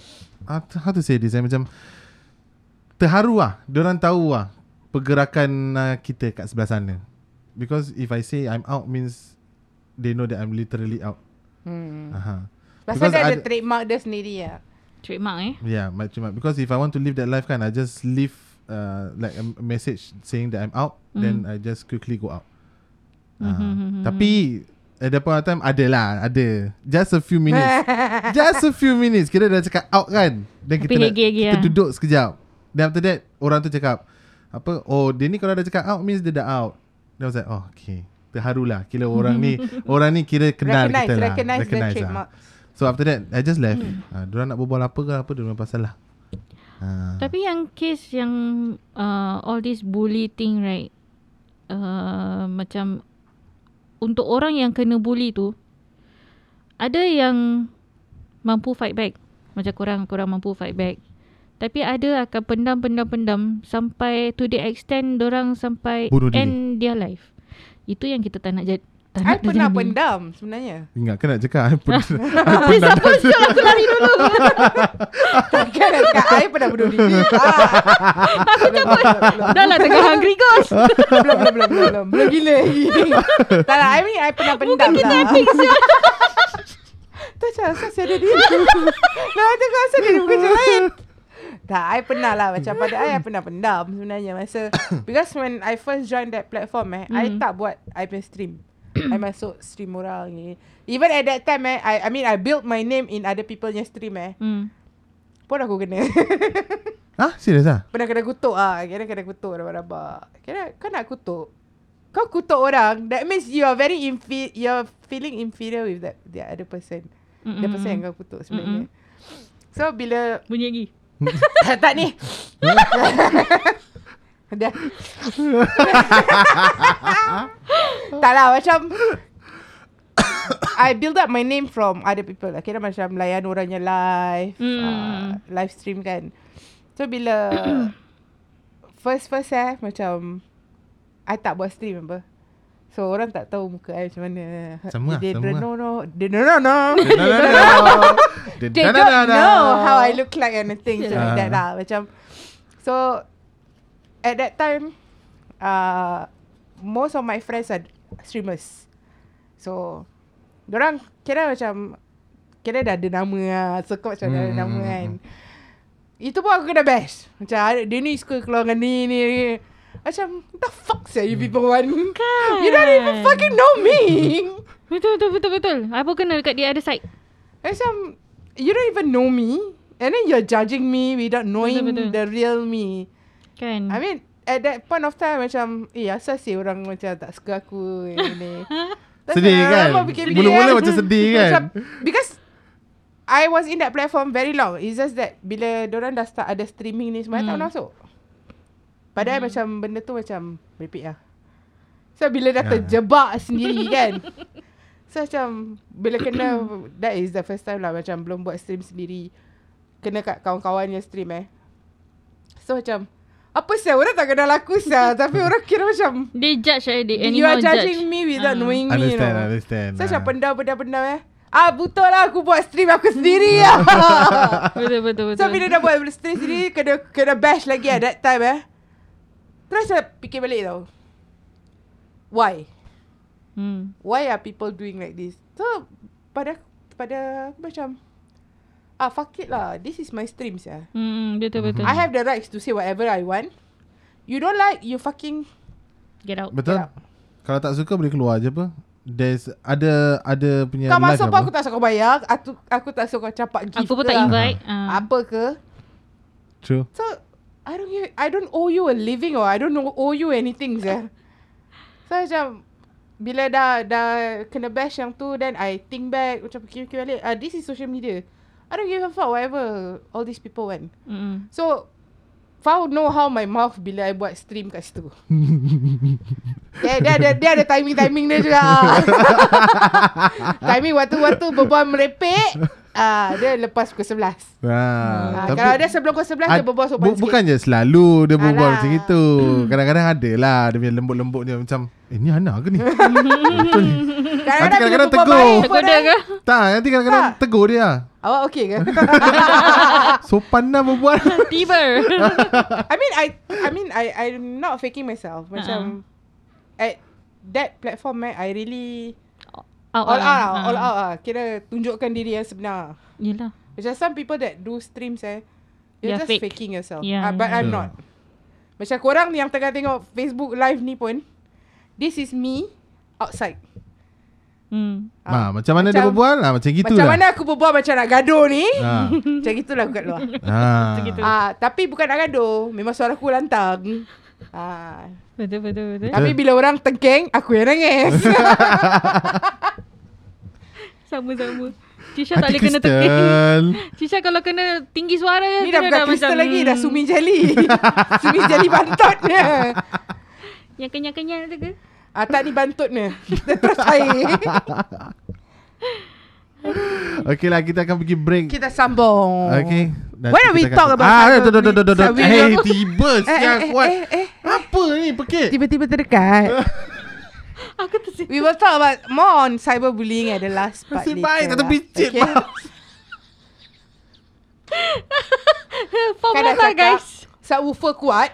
S2: how to- how to say this eh? macam terharu lah. Diorang tahu lah pergerakan uh, kita kat sebelah sana. Because if I say I'm out means they know that I'm literally out.
S5: Hmm.
S2: Aha.
S5: Pasal
S2: Because
S5: dia ada
S2: ada-
S5: trademark dia sendiri ya.
S4: Trademark eh
S2: Yeah, my cuma because if I want to live that life kan, I just leave uh, like a m- message saying that I'm out, mm. then I just quickly go out. Mm-hmm. Uh, tapi at that point of time ada lah, ada. Just a few [LAUGHS] minutes. just a few minutes. Kira dah cakap out kan. Then
S4: Tapi
S2: kita, nak,
S4: hegi-hegi
S2: kita
S4: lah.
S2: duduk sekejap. Then after that, orang tu cakap, apa, oh dia ni kalau dah cakap out means dia dah out. Then I was like, oh okay. Terharulah. Kira orang [LAUGHS] ni, orang ni kira kenal
S5: recognize,
S2: kita lah.
S5: recognize, the
S2: Recognise lah.
S5: trademark.
S2: So after that I just left hmm. uh, Diorang nak berbual apa ke Apa diorang pasal lah uh,
S4: Tapi yang case yang uh, all this bully thing right uh, macam untuk orang yang kena bully tu ada yang mampu fight back. Macam korang korang mampu fight back. Tapi ada akan pendam pendam pendam sampai to the extent orang sampai
S2: Bunuh diri.
S4: end their life. Itu yang kita tak nak jadi. Tak
S5: I
S4: nak
S5: pernah
S4: terjadi.
S5: pendam sebenarnya. [LAUGHS]
S2: Ingat kan nak cakap I pun I pun
S4: Please
S2: dah
S4: apa Syul aku lari dulu
S5: Takkan nak cakap Kan? I pernah bunuh
S2: [LAUGHS]
S5: diri. Ah. Aku
S4: Dah lah tengah hungry
S5: [LAUGHS]
S4: ghost
S5: belum, belum, belum, belum, belum. Belum gila lagi. [LAUGHS] tak lah, I mean I pernah pendam lah. Bukan [LAUGHS] kita Tu macam asal saya ada dia. [LAUGHS] Nah, tu kau asal dia bukan macam lain. Tak, I pernah lah. Macam pada I, I pernah pendam sebenarnya. Masa, [COUGHS] because when I first join that platform eh, I tak buat I punya stream. I masuk stream orang ni. Even at that time eh, I, I mean I built my name in other people punya stream eh.
S4: hmm.
S5: Pun aku kena. [LAUGHS]
S2: Ah serius lah
S5: Pernah kena kutuk ah. Kira kena kutuk rabak-rabak. Kira kau nak kutuk. Kau kutuk orang. That means you are very infe- you're feeling inferior with that the other person. Mm-mm. The person yang kau kutuk sebenarnya. Mm-mm. So bila
S4: Bunyi lagi
S5: tak ni. Dah. tak lah macam I build up my name from other people lah. Kira macam layan orangnya live mm. uh, Live stream kan So bila First first eh Macam I tak buat stream apa So orang tak tahu muka I macam mana
S2: Sama lah,
S5: They
S2: sama
S5: don't
S2: lah.
S5: know no. They don't know no.
S2: They don't
S5: They don't know how I look like and things yeah. like
S2: Yeah.
S5: that lah. Macam so at that time, uh, most of my friends are streamers. So, orang kira macam kira dah ada nama lah. So kau macam dah ada
S2: Hmm,
S5: nama
S2: hmm,
S5: kan. Itu pun aku kena bash. Macam dia ni suka keluar dengan ni ni. ni. Macam the fuck sia
S2: Hmm.
S5: you people want
S4: Kan.
S5: You don't even fucking know me
S2: [LAUGHS]
S4: Betul betul betul betul. Apa kena dekat the other side?
S5: Macam um, You don't even know me And then you're judging me Without knowing
S4: betul.
S5: the real me
S4: Kan?
S5: I mean At that point of time Macam Eh asal sih orang macam Tak suka aku Ini ni. That's
S2: Sedih
S5: why
S2: kan?
S5: lama fikir-fikir
S2: Mula-mula macam
S5: [LAUGHS]
S2: sedih kan?
S5: Macam, Because I was in that platform Very long It's just that Bila dorang dah start Ada streaming ni Semua hmm. tak
S4: Hmm.
S5: masuk Padahal hmm. macam Benda tu macam Repeat lah So bila dah
S2: Ya.
S5: terjebak Sendiri kan So macam Bila
S2: [COUGHS]
S5: kena That is the first time lah Macam belum buat stream sendiri Kena kat kawan-kawan yang stream eh So macam Apa sah Orang tak kenal aku
S2: [LAUGHS]
S5: sah Tapi orang kira macam
S4: They judge eh. They
S5: You
S4: anyhow
S5: are
S4: judge.
S5: judging me Without
S4: Ah.
S5: knowing me you
S2: Understand,
S5: know.
S2: understand.
S5: So macam
S2: Ah.
S5: pendam-pendam-pendam eh Ah betul lah aku buat stream aku
S2: [LAUGHS]
S5: sendiri [LAUGHS] lah
S4: Betul betul betul.
S5: So bila dah buat stream sendiri Kena kena bash lagi at that time eh Terus saya fikir balik tau Why?
S4: Hmm.
S5: Why are people doing like this? So pada pada aku macam Ah fuck it lah This is my stream ya.
S4: Hmm betul betul.
S5: I have the rights to say whatever I want You don't like You fucking
S4: Get out.
S2: Betul?
S5: Get
S2: Kalau tak suka boleh keluar je apa? There's ada ada punya
S5: Kau
S2: live Ya,
S5: masuk
S2: apa?
S5: pun aku tak suka kau bayar Aku, aku tak suka kau capak gift
S4: Aku pun
S5: ke
S4: tak
S5: lah.
S4: invite. Ah.
S5: Apa ke
S2: True.
S5: So I don't give, I don't owe you a living or I don't know, owe you anything sah.
S2: [LAUGHS]
S5: So macam bila dah dah kena bash yang tu then I think back macam fikir-fikir balik ah this is social media. I don't give a fuck whatever all these people want.
S4: Hmm.
S5: So Fau know how my mouth bila I buat stream kat
S2: [LAUGHS]
S5: situ. dia, dia, ada, dia ada timing-timing dia
S2: [LAUGHS]
S5: juga. timing waktu-waktu berbual
S2: [LAUGHS]
S5: merepek. Ah, dia lepas pukul 11.
S2: Ah,
S5: Hmm. Ah, kalau dia sebelum pukul 11 dia
S2: ad-
S5: berbual sopan
S2: bu- Bukan je selalu dia berbual
S5: Alah. Hmm.
S2: macam itu. Kadang-kadang ada lah dia punya lembut-lembut dia macam eh ni Hana
S5: [LAUGHS]
S2: ke ni? Betul ni. Nanti kadang-kadang
S5: bila
S2: tegur.
S5: berbual baik
S4: Tegur
S5: pun
S4: dia
S5: dah- [LAUGHS]
S4: ke?
S2: tak, nanti kadang-kadang
S5: Tak.
S2: tegur dia. lah.
S5: Awak okay
S2: [LAUGHS]
S5: ke?
S2: Sopan lah
S5: [LAUGHS]
S2: berbual.
S4: Tiba.
S5: I mean I I mean I I'm not faking myself.
S4: Uh-uh.
S5: Macam at that platform eh, I really
S4: [LAUGHS] Out lah.
S5: all out, lah,
S4: Ah.
S5: all out lah. Kira tunjukkan diri yang sebenar.
S4: Yelah.
S5: Macam some people that do streams eh, you're
S4: They're
S5: just
S4: fake.
S5: faking yourself.
S4: Yeah,
S5: Ah, but
S4: yeah.
S2: Sure.
S5: I'm not. Macam korang yang tengah tengok Facebook live ni pun, this is me outside.
S4: Hmm.
S2: Ha, macam mana dia
S5: Macam-
S2: berbual? Ha, macam gitu
S5: macam
S2: lah.
S5: mana aku berbual macam nak gaduh
S2: [LAUGHS]
S5: ni?
S2: Ha.
S5: Macam gitulah aku kat luar.
S2: ha.
S5: [LAUGHS]
S4: gitu.
S5: Ah, tapi bukan nak gaduh. Memang suara aku lantang. Ah,
S4: Betul betul betul.
S5: tapi bila orang tengking, aku yang nangis.
S4: Sama sama. Cisha tak
S2: Hati
S4: boleh kena [LAUGHS] tekan.
S2: kristal.
S4: Cisha kalau kena tinggi suara
S5: Ni dah
S4: kira
S5: bukan kristal
S4: macam,
S5: lagi, dah
S4: hmm,
S5: sumi jeli. sumi jeli bantutnya.
S4: Yang kenyal-kenyal tu hmm, ke?
S5: Ah, tak ni bantutnya. Dia terus air.
S2: [LAUGHS] Okey lah, kita akan pergi break.
S5: Kita sambung.
S2: Okay.
S5: Why don't we talk about
S2: Ah,
S5: Father
S2: tu tu tu tu tu. tu.
S5: Sabri-
S2: Hey, tiba
S5: Eh, eh,
S2: siang
S5: eh,
S2: kuat.
S5: eh, eh.
S2: Apa ni pekit?
S5: Tiba-tiba
S2: [LAUGHS]
S5: terdekat.
S4: Aku [LAUGHS] tersi.
S5: We will talk about more on cyberbullying at the last part
S2: Nasib
S5: later. lah.
S2: baik tak terpicit.
S5: Okay.
S4: Form
S5: Kan dah
S4: lah lah,
S5: cakap
S4: guys.
S5: Subwoofer kuat.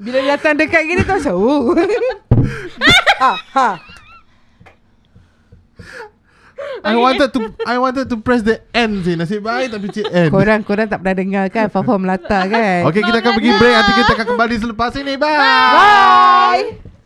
S5: Bila datang dekat gini tu macam oh. ha, ha.
S2: I wanted to I wanted to press the end sih. Nasib baik tak picit end.
S5: Korang korang tak pernah dengar kan Fafa Melata kan
S2: Okay, kita akan pergi break. Nanti kita akan kembali selepas ini. Bye.
S5: Bye
S3: E